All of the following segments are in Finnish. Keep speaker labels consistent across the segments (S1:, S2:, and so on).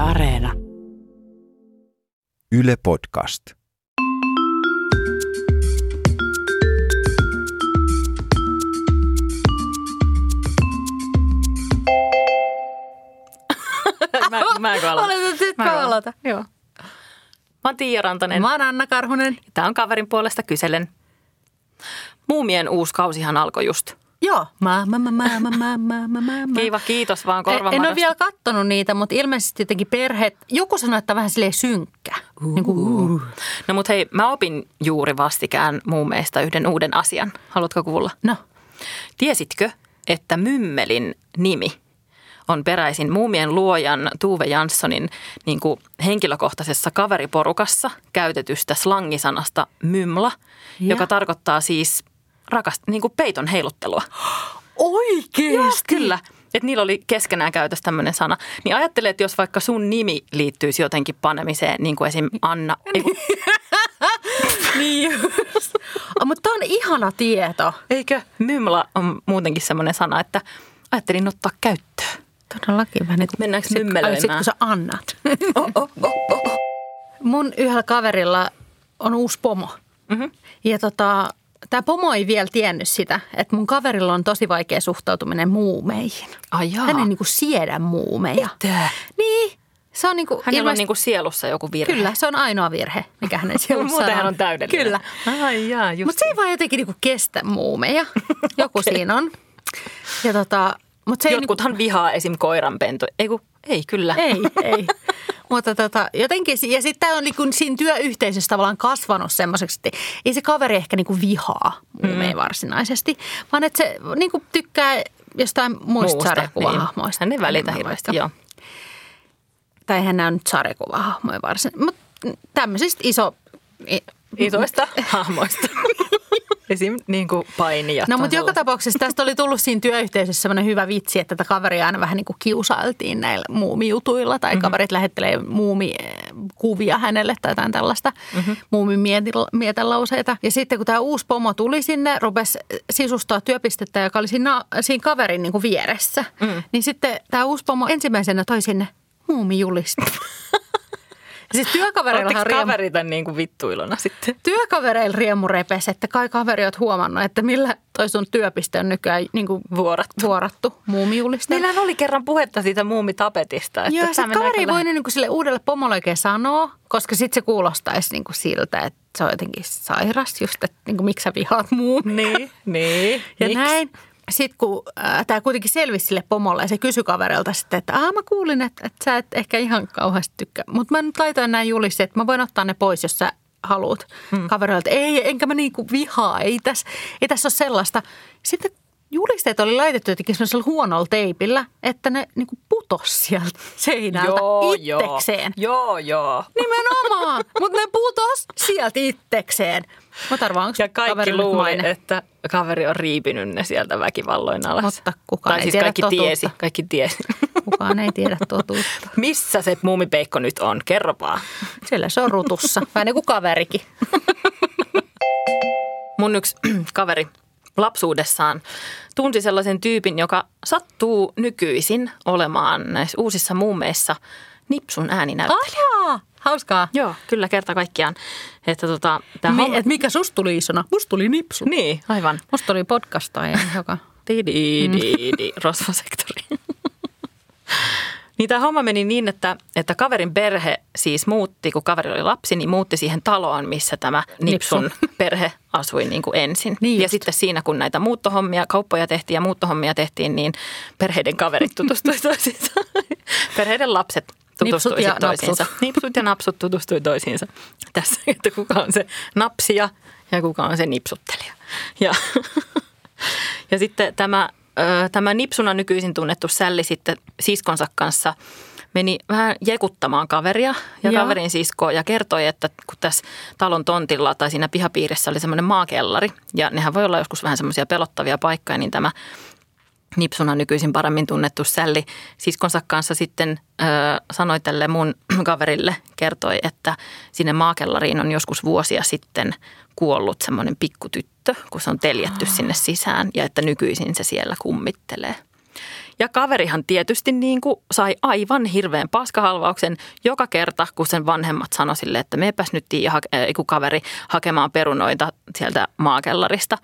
S1: Areena.
S2: Yle Podcast.
S3: mä, mä en kun aloita.
S4: Oletat, että
S3: Mä
S4: mä
S3: aloitan.
S4: aloitan. Joo.
S3: Mä oon Tiia Rantanen.
S4: Mä oon Anna Karhunen.
S3: Tämä on kaverin puolesta kyselen. Muumien uusi kausihan alkoi just.
S4: Joo. Mä, mä, mä, mä, mä, mä, mä, mä, mä.
S3: Kiiva, kiitos vaan
S4: En
S3: korvamadosta.
S4: ole vielä kattonut niitä, mutta ilmeisesti jotenkin perheet, joku sanoi, että vähän silleen synkkä. Niin kuin, uh.
S3: No mut hei, mä opin juuri vastikään muumeista yhden uuden asian. Haluatko kuulla?
S4: No,
S3: Tiesitkö, että Mymmelin nimi on peräisin muumien luojan Tuve Janssonin niin kuin henkilökohtaisessa kaveriporukassa käytetystä slangisanasta mymla,
S4: Ja.
S3: joka tarkoittaa siis rakast, niin kuin peiton heiluttelua.
S4: oikeesti.
S3: Joo, kyllä. Että niillä oli keskenään käytössä tämmöinen sana. Niin ajattele, että jos vaikka sun nimi liittyisi jotenkin panemiseen, niin kuin esim. Anna. Ei, kun-
S4: Niin just. Oh, mutta on ihana tieto.
S3: eikö? Mymla on muutenkin semmoinen sana, että ajattelin ottaa käyttöön.
S4: Todellakin mä nyt...
S3: Mennäänkö
S4: sit-
S3: mymmelöimään? Oh,
S4: ai, Sit kun sä annat. Mun yhdellä kaverilla on uusi pomo.
S3: Mhm.
S4: Ja tota, tämä pomo ei vielä tiennyt sitä, että mun kaverilla on tosi vaikea suhtautuminen muumeihin.
S3: Ai jaa.
S4: Hän ei niinku siedä muumeja.
S3: Tää.
S4: Niin. Se on niinku
S3: Hänellä on
S4: ilmeisesti-
S3: niinku sielussa joku virhe.
S4: Kyllä, se on ainoa virhe, mikä hänen sielussaan
S3: Muuten hän on täydellinen.
S4: Kyllä.
S3: Ai jaa, just niin.
S4: Mutta se ei vaan jotenkin niinku kestä muumeja. Joku okay. siinä on. Ja tota, mut se
S3: niin. Jotkuthan vihaa esim. koiranpentu. Ei, kun, ei kyllä.
S4: ei, niinku, ei, ei. Mutta tota, jotenkin, si- ja sitten tämä on niinku siinä työyhteisössä tavallaan kasvanut semmoiseksi, että ei se kaveri ehkä niinku vihaa muumeja mm. varsinaisesti, vaan että se niinku tykkää jostain muista,
S3: Muusta, niin.
S4: sarjakuvahahmoista.
S3: Hän ei välitä
S4: enemmän
S3: hirveästi,
S4: vaikka.
S3: joo.
S4: tai eihän nämä nyt sarjakuvahahmoja varsin, mutta tämmöisistä iso... i-
S3: Isoista hahmoista. esim. Niin kuin painijat.
S4: No
S3: on
S4: mutta joka
S3: sellaisia.
S4: tapauksessa tästä oli tullut siinä työyhteisössä semmoinen hyvä vitsi, että tätä kaveria aina vähän niin kuin kiusailtiin näillä muumijutuilla
S3: Mhm.
S4: tai mm-hmm. kaverit lähettelee muumikuvia hänelle tai jotain tällaista,
S3: Mhm.
S4: mm-hmm. muumin mietil- mietelauseita. Ja sitten kun tämä uusi pomo tuli sinne, rupesi sisustaa työpistettä, joka oli siinä, na- siinä kaverin niin kuin vieressä,
S3: Mhm.
S4: mm. niin sitten tämä uusi pomo ensimmäisenä toi sinne muumijulista. siis työkavereillahan on
S3: Oletteko
S4: riemu-
S3: kaveri tämän niin kuin vittuilona sitten?
S4: työkavereilla riemu repesi, että kai kaveri oot huomannut, että millä toi sun työpiste on nykyään niin kuin
S3: Vuorattu.
S4: vuorattu muumijulisteen.
S3: Meillähän oli kerran puhetta siitä muumitapetista. Että
S4: Joo,
S3: tää
S4: sit
S3: menee
S4: kaveri ei
S3: kyllä-
S4: voinut niin kuin sille uudelle pomolle oikein sanoa, koska sitten se kuulostaisi niin kuin siltä, että se on jotenkin sairas just, että niin kuin, miksi sä vihaat muumia.
S3: Niin, niin.
S4: Ja
S3: Miksi?
S4: näin. Sitten kun äh, tämä kuitenkin selvisi sille pomolle ja se kysyi kaverilta sitten, että aah mä kuulin, että, että sä et ehkä ihan kauheasti tykkää. Mutta mä nyt laitoin nämä julisteet, että mä voin ottaa ne pois, jos sä haluat. Hmm. Kaverilta, ei, enkä mä niinku vihaa, ei tässä, ei tässä ole sellaista. Sitten julisteet oli laitettu jotenkin semmoisella huonolla teipillä, että ne niinku putos sieltä seinältä
S3: Joo, joo.
S4: itsekseen.
S3: Joo, joo.
S4: Nimenomaan, mutta ne putos sieltä itsekseen. Mä tarvaan,
S3: Ja kaikki luuli, että kaveri on riipinyt ne sieltä väkivalloin alas.
S4: Mutta kukaan
S3: tai
S4: ei
S3: siis
S4: tiedä
S3: kaikki
S4: totuutta.
S3: tiesi, kaikki tiesi.
S4: Kukaan ei tiedä totuutta.
S3: Missä se muumipeikko nyt on? Kerro vaan.
S4: Siellä se on rutussa. Vähän niin kuin kaverikin.
S3: Mun yksi kaveri lapsuudessaan tunsi sellaisen tyypin, joka sattuu nykyisin olemaan näissä uusissa muumeissa nipsun ääninäyttö.
S4: Ajaa! Hauskaa.
S3: Joo, kyllä kerta kaikkiaan. Että tota, tää
S4: Mi-
S3: homma-
S4: et mikä susta tuli isona? Musta tuli nipsu.
S3: Niin, aivan.
S4: Musta tuli podcastaja, joka...
S3: Di,
S4: Mm.
S3: di, di, rosvosektori. niin tämä homma meni niin, että, että kaverin perhe siis muutti, kun kaveri oli lapsi, niin muutti siihen taloon, missä tämä Nipsun perhe asui niin kuin ensin.
S4: Niin
S3: ja
S4: just.
S3: sitten siinä, kun näitä muuttohommia, kauppoja tehtiin ja muuttohommia tehtiin, niin perheiden kaverit tutustui toisiinsa. perheiden lapset tutustui
S4: Nipsut ja
S3: sit toisiinsa.
S4: napsut.
S3: Nipsut ja napsut tutustui toisiinsa. Tässä, että kuka on se napsija ja kuka on se nipsuttelija. Ja, ja sitten tämä, ö, tämä nipsuna nykyisin tunnettu sälli sitten siskonsa kanssa meni vähän jekuttamaan kaveria ja
S4: Joo.
S3: kaverin siskoa ja kertoi, että kun tässä talon tontilla tai siinä pihapiirissä oli semmoinen maakellari ja nehän voi olla joskus vähän semmoisia pelottavia paikkoja, niin tämä Nipsuna nykyisin paremmin tunnettu Sälli siskonsa kanssa sitten ö, sanoi tälle mun kaverille, kertoi, että sinne maakellariin on joskus vuosia sitten kuollut semmoinen pikkutyttö, kun se on teljetty sinne sisään ja että nykyisin se siellä kummittelee. Ja kaverihan tietysti niin kuin sai aivan hirveän paskahalvauksen joka kerta, kun sen vanhemmat sanoi sille, että meepäs nyt tii, äh, kun kaveri hakemaan perunoita sieltä maakellarista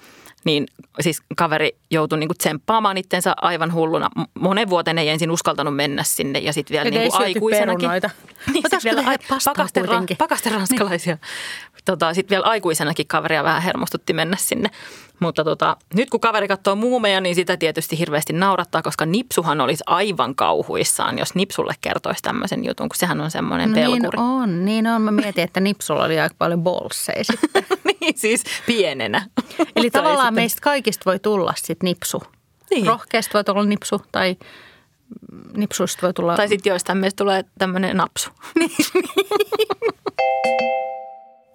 S3: niin siis kaveri joutui niinku tsemppaamaan itsensä aivan hulluna. Monen vuoten ei ensin uskaltanut mennä sinne ja sitten vielä
S4: Eikä
S3: niinku
S4: ei syöty
S3: aikuisenakin.
S4: perunoita.
S3: Niin, sit
S4: Otaisiko
S3: vielä
S4: tehdä
S3: ai-
S4: pastaa
S3: pakasten, ra-
S4: kuitenkin?
S3: pakasten ranskalaisia. Niin. Tota, sitten vielä aikuisenakin kaveria vähän hermostutti mennä sinne. Mutta tota, nyt kun kaveri katsoo muumeja, niin sitä tietysti hirveästi naurattaa, koska Nipsuhan olisi aivan kauhuissaan, jos Nipsulle kertoisi tämmöisen jutun, kun sehän on semmoinen
S4: No
S3: pelkuri.
S4: niin on, niin on. Mä mietin, että Nipsulla oli aika paljon bolsseja sitten.
S3: niin siis pienenä.
S4: Eli
S3: Tai
S4: tavallaan
S3: sitten-
S4: meistä kaikista voi tulla sitten nipsu.
S3: Niin.
S4: Rohkeasta voi tulla nipsu tai nipsuista voi tulla...
S3: Tai sitten joistain meistä tulee tämmöinen napsu.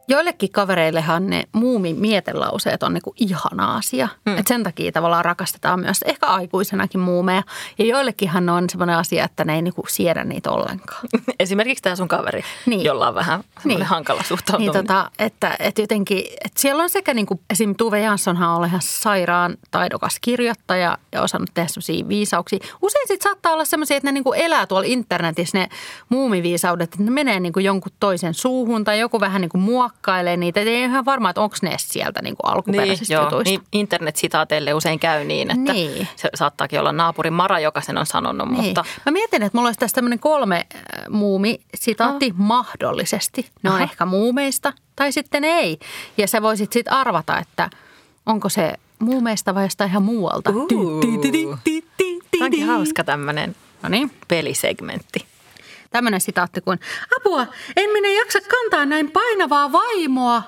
S4: Joillekin kavereillehan ne muumin mietelauseet on niinku ihana asia. Hmm. Et sen takia tavallaan rakastetaan myös ehkä aikuisenakin muumeja. Ja joillekinhan ne on semmoinen asia, että ne ei niinku siedä niitä ollenkaan.
S3: Esimerkiksi tämä sun kaveri, niin.
S4: Niin.
S3: jolla on vähän niin. hankala
S4: Niin
S3: suhtautuminen.
S4: tota, että, että jotenkin, että siellä on sekä niin kuin, esim. Tuve Janssonhan on ollut ihan sairaan taidokas kirjoittaja ja osannut tehdä semmoisia viisauksia. Usein sitten saattaa olla semmoisia, että ne niin kuin elää tuolla internetissä ne muumiviisaudet, että ne menee niin kuin jonkun toisen suuhun tai joku vähän niin kuin muokkailee niitä. Et ei ole ihan varma, että onko ne edes sieltä niin kuin alkuperäisistä
S3: joo,
S4: jutuista.
S3: niin internetsitaateille usein käy niin, että niin.
S4: Niin.
S3: se saattaakin olla naapuri Mara, joka sen on sanonut, niin. mutta
S4: Mä mietin, että mulla olisi tässä tämmöinen kolme äh, muumi-sitaatti mahdollisesti. Ne on
S3: Aha.
S4: ehkä muumeista tai sitten ei. Ja sä voisit sitten arvata, että onko se muumeista vai jostain ihan muualta.
S3: Uu.
S4: ti,
S3: Tämä onkin
S4: ti.
S3: hauska tämmöinen
S4: No niin,
S3: pelisegmentti.
S4: tämmöinen sitaatti kuin Apua, en minä jaksa kantaa näin painavaa vaimoa.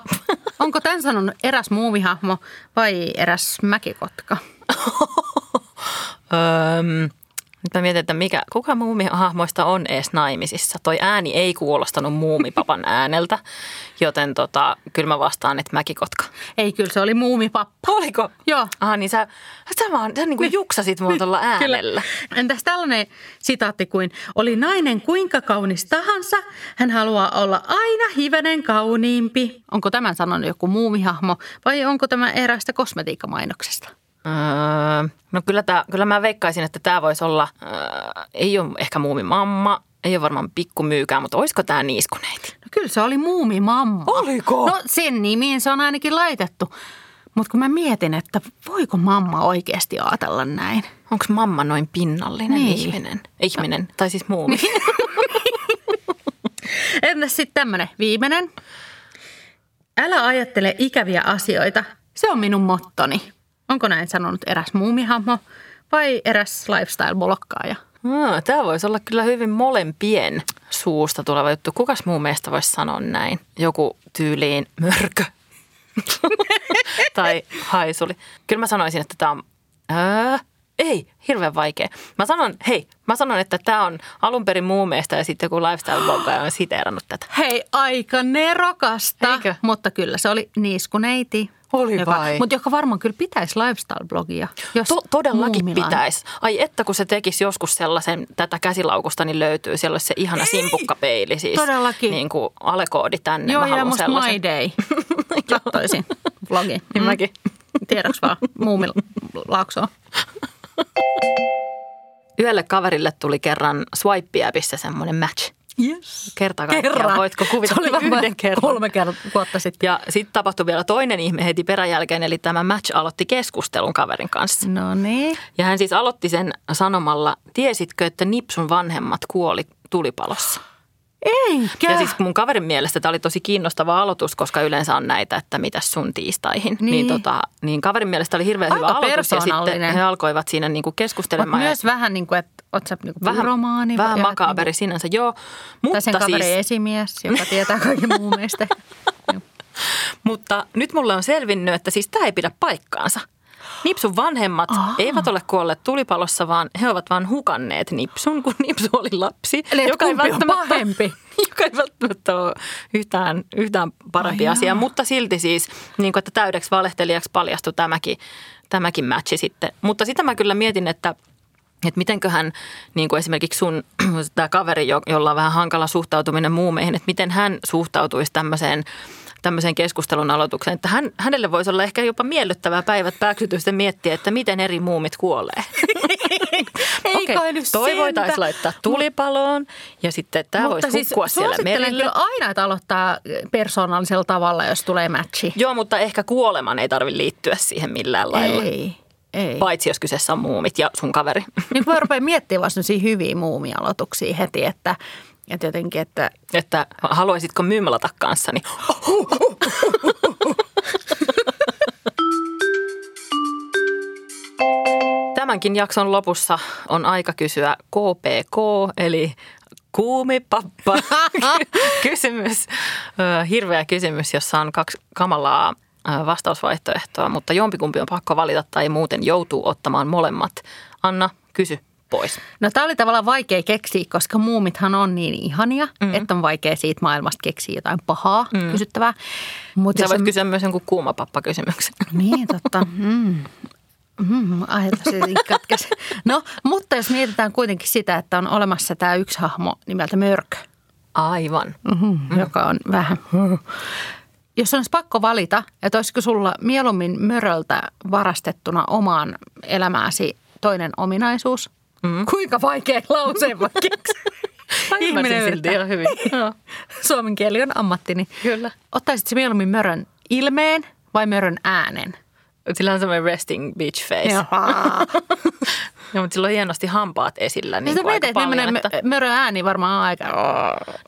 S4: Onko tämän sanonut eräs muumihahmo vai eräs mäkikotka?
S3: Öm, nyt mä mietin, että mikä, kuka muumihahmoista on edes naimisissa. Toi ääni ei kuulostanut muumipapan ääneltä, joten tota, kyllä mä vastaan, että mäkikotka.
S4: Ei, kyllä se oli muumipappa.
S3: Oliko?
S4: Joo.
S3: Ah, niin sä, sä vaan sä niin kuin juksasit mua tuolla äänellä.
S4: Kyllä. Entäs tällainen sitaatti kuin, oli nainen kuinka kaunis tahansa, hän haluaa olla aina hivenen kauniimpi. Onko tämän sanonut joku muumihahmo vai onko tämä eräästä kosmetiikkamainoksesta?
S3: Öö, no kyllä, tää, kyllä mä veikkaisin, että tämä voisi olla, öö, ei ole ehkä muumimamma, ei ole varmaan pikkumyykää, mutta olisiko tämä niiskuneiti?
S4: No kyllä se oli muumimamma.
S3: Oliko?
S4: No sen nimiin se on ainakin laitettu. Mutta kun mä mietin, että voiko mamma oikeasti ajatella näin.
S3: Onko mamma noin pinnallinen
S4: Niin.
S3: ihminen? Ihminen, tai siis muumi.
S4: Entäs sitten tämmönen viimeinen? Älä ajattele ikäviä asioita. Se on minun mottoni. Onko näin sanonut eräs muumihahmo vai eräs lifestyle-blokkaaja?
S3: Ah, tämä voisi olla kyllä hyvin molempien suusta tuleva juttu. Kukas muu meistä voisi sanoa näin? Joku tyyliin mörkö tai haisuli. Kyllä mä sanoisin, että tämä on... Ää, ei, hirveän vaikea. Mä sanon, hei, mä sanon, että tämä on alun perin muumeista ja sitten joku lifestyle bloggaaja on siteerannut tätä.
S4: Hei, aika nerokasta.
S3: Eikö?
S4: Mutta kyllä se oli niiskuneiti.
S3: Oli
S4: joka,
S3: vai?
S4: Mutta joka varmaan kyllä pitäisi lifestyle-blogia. Jos
S3: To- todellakin
S4: muumilla on.
S3: pitäisi. Ai että kun se tekisi joskus sellaisen, tätä käsilaukusta niin löytyy, siellä olisi se ihana simpukkapeili siis.
S4: Todellakin.
S3: Niin kuin alekoodi tänne.
S4: Joo,
S3: Mä
S4: ja
S3: haluan
S4: musta
S3: sellaisen.
S4: My Day. Kattoisin vlogi.
S3: Niin mäkin.
S4: Tiedoks vaan, muumilaaksoa.
S3: Yölle kaverille tuli kerran swipe-appissa semmoinen match.
S4: Yes.
S3: Kerta kaikkiaan. Voitko kuvitella
S4: se oli
S3: yhden
S4: varmaan
S3: kerran?
S4: kolme kertaa vuotta sitten.
S3: Ja sitten tapahtui vielä toinen ihme heti peräjälkeen, eli tämä match aloitti keskustelun kaverin kanssa.
S4: No niin.
S3: Ja hän siis aloitti sen sanomalla, tiesitkö, että Nipsun vanhemmat kuoli tulipalossa?
S4: Eikä.
S3: Ja siis mun kaverin mielestä tämä oli tosi kiinnostava aloitus, koska yleensä on näitä, että mitä sun tiistaihin. Niin,
S4: Niin.
S3: niin, tota, niin kaverin mielestä oli hirveän
S4: Aika
S3: hyvä aloitus ja sitten
S4: persoonallinen.
S3: he alkoivat siinä niinku
S4: Mut
S3: keskustelemaan. ja-
S4: myös vähän niin kuin, että oot sä niin kuin
S3: vähän,
S4: romaani.
S3: vähän makaaberi sinänsä, joo. Mutta
S4: Tai sen kaverin
S3: siis,
S4: esimies, joka tietää kaiken muun meistä. Joo.
S3: Mutta nyt mulle on selvinnyt, että siis tämä ei pidä paikkaansa. Nipsun vanhemmat Aha. eivät ole kuolleet tulipalossa, vaan he ovat vain hukanneet Nipsun, kun Nipsu oli lapsi.
S4: Eli et kumpi on
S3: välttämättä-
S4: pahempi?
S3: joka ei välttämättä ole yhtään, yhtään parempi
S4: Ai
S3: asia,
S4: jaa.
S3: mutta silti siis, niin kuin, että täydeksi valehtelijaksi paljastui tämäkin, tämäkin matchi sitten. Mutta sitä mä kyllä mietin, että että mitenköhän niin kuin esimerkiksi sun tämä kaveri, jo- jolla on vähän hankala suhtautuminen muumeihin, että miten hän suhtautuisi tämmöiseen, tämmöiseen keskustelun aloitukseen. Että hän, hänelle voisi olla ehkä jopa miellyttävää päivät pääksytysten miettiä, että miten eri muumit kuolee.
S4: Ei kai nyt
S3: toi
S4: sentään.
S3: voitaisiin laittaa tulipaloon ja sitten tämä voisi hukkua siellä
S4: siis suosittelen
S3: merillä.
S4: kyllä aina, että aloittaa persoonallisella tavalla, jos tulee matchi.
S3: Joo, mutta ehkä kuoleman ei tarvitse liittyä siihen millään lailla.
S4: Ei, ei.
S3: Paitsi jos kyseessä on muumit ja sun kaveri.
S4: Niin kun mä rupean miettimään vasta sellaisia hyviä muumialoituksia heti, että, että jotenkin, että
S3: Että haluaisitko myymälata kanssani? Tämänkin jakson lopussa on aika kysyä KPK, eli kuumi pappa. kysymys, ö, hirveä kysymys, jossa on kaksi kamalaa ö, vastausvaihtoehtoa, mutta jompikumpi on pakko valita tai muuten joutuu ottamaan molemmat. Anna, kysy pois.
S4: No tämä oli tavallaan vaikea keksiä, koska muumithan on niin ihania, mm. että on vaikea siitä maailmasta keksiä jotain pahaa mm. kysyttävää. Mutta
S3: Sä
S4: jos
S3: voit
S4: on...
S3: kysyä myös jonkun kuumapappakysymyksen.
S4: Niin, totta. Mm. Mm, ajatus jotenkin katkesi. No, mutta jos mietitään kuitenkin sitä, että on olemassa tämä yksi hahmo nimeltä Mörkö,
S3: Aivan.
S4: mm. joka on vähän... Jos olisi pakko valita, että olisiko sulla mieluummin Möröltä varastettuna omaan elämääsi toinen ominaisuus?
S3: Mm-hmm.
S4: Mm. Kuinka vaikea lauseen voi keksiä? Ihminen yrittää.
S3: ihan hyvin.
S4: Joo. Suomen kieli on ammattini.
S3: Kyllä.
S4: Ottaisitko mieluummin mörön ilmeen vai mörön äänen? Niin
S3: Sillä on semmoinen resting bitch face. Joo. Ja, mutta sillä on hienosti hampaat esillä niin
S4: Niin Sitä
S3: kuin
S4: mietit,
S3: aika
S4: että
S3: paljon.
S4: millainen
S3: Että...
S4: mö- mörön ääni varmaan on aika...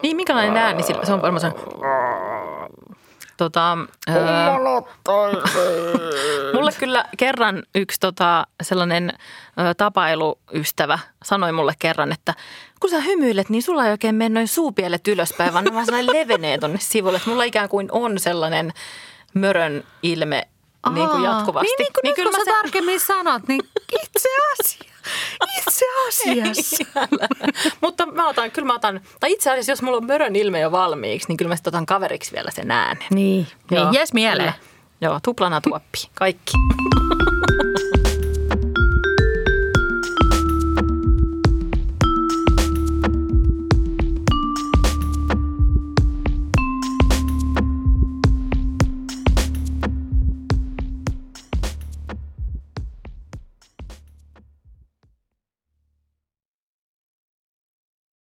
S3: Niin, minkälainen ääni sillä? Se on varmaan se... Tota, öö, mulle kyllä kerran yksi tota, sellainen ö, tapailuystävä sanoi mulle kerran, että kun sä hymyilet, niin sulla ei oikein mene noin suupielet ylöspäin, vaan ne vaan sellainen levenee tonne sivulle. Että mulla ikään kuin on sellainen mörön ilme niin kuin
S4: Aa,
S3: jatkuvasti.
S4: Niin, niin, kun niin
S3: kyllä
S4: kun
S3: mä
S4: sä
S3: sen-
S4: tarkemmin sanot, niin itse asia. Itse asiassa.
S3: Mutta mä otan, kyllä mä otan, tai itse asiassa jos mulla on mörön ilme jo valmiiksi, niin kyllä mä sitten otan kaveriksi vielä sen äänen.
S4: niin, niin, jes mieleen.
S3: Kyllä. Joo, tuplana tuoppi, kaikki.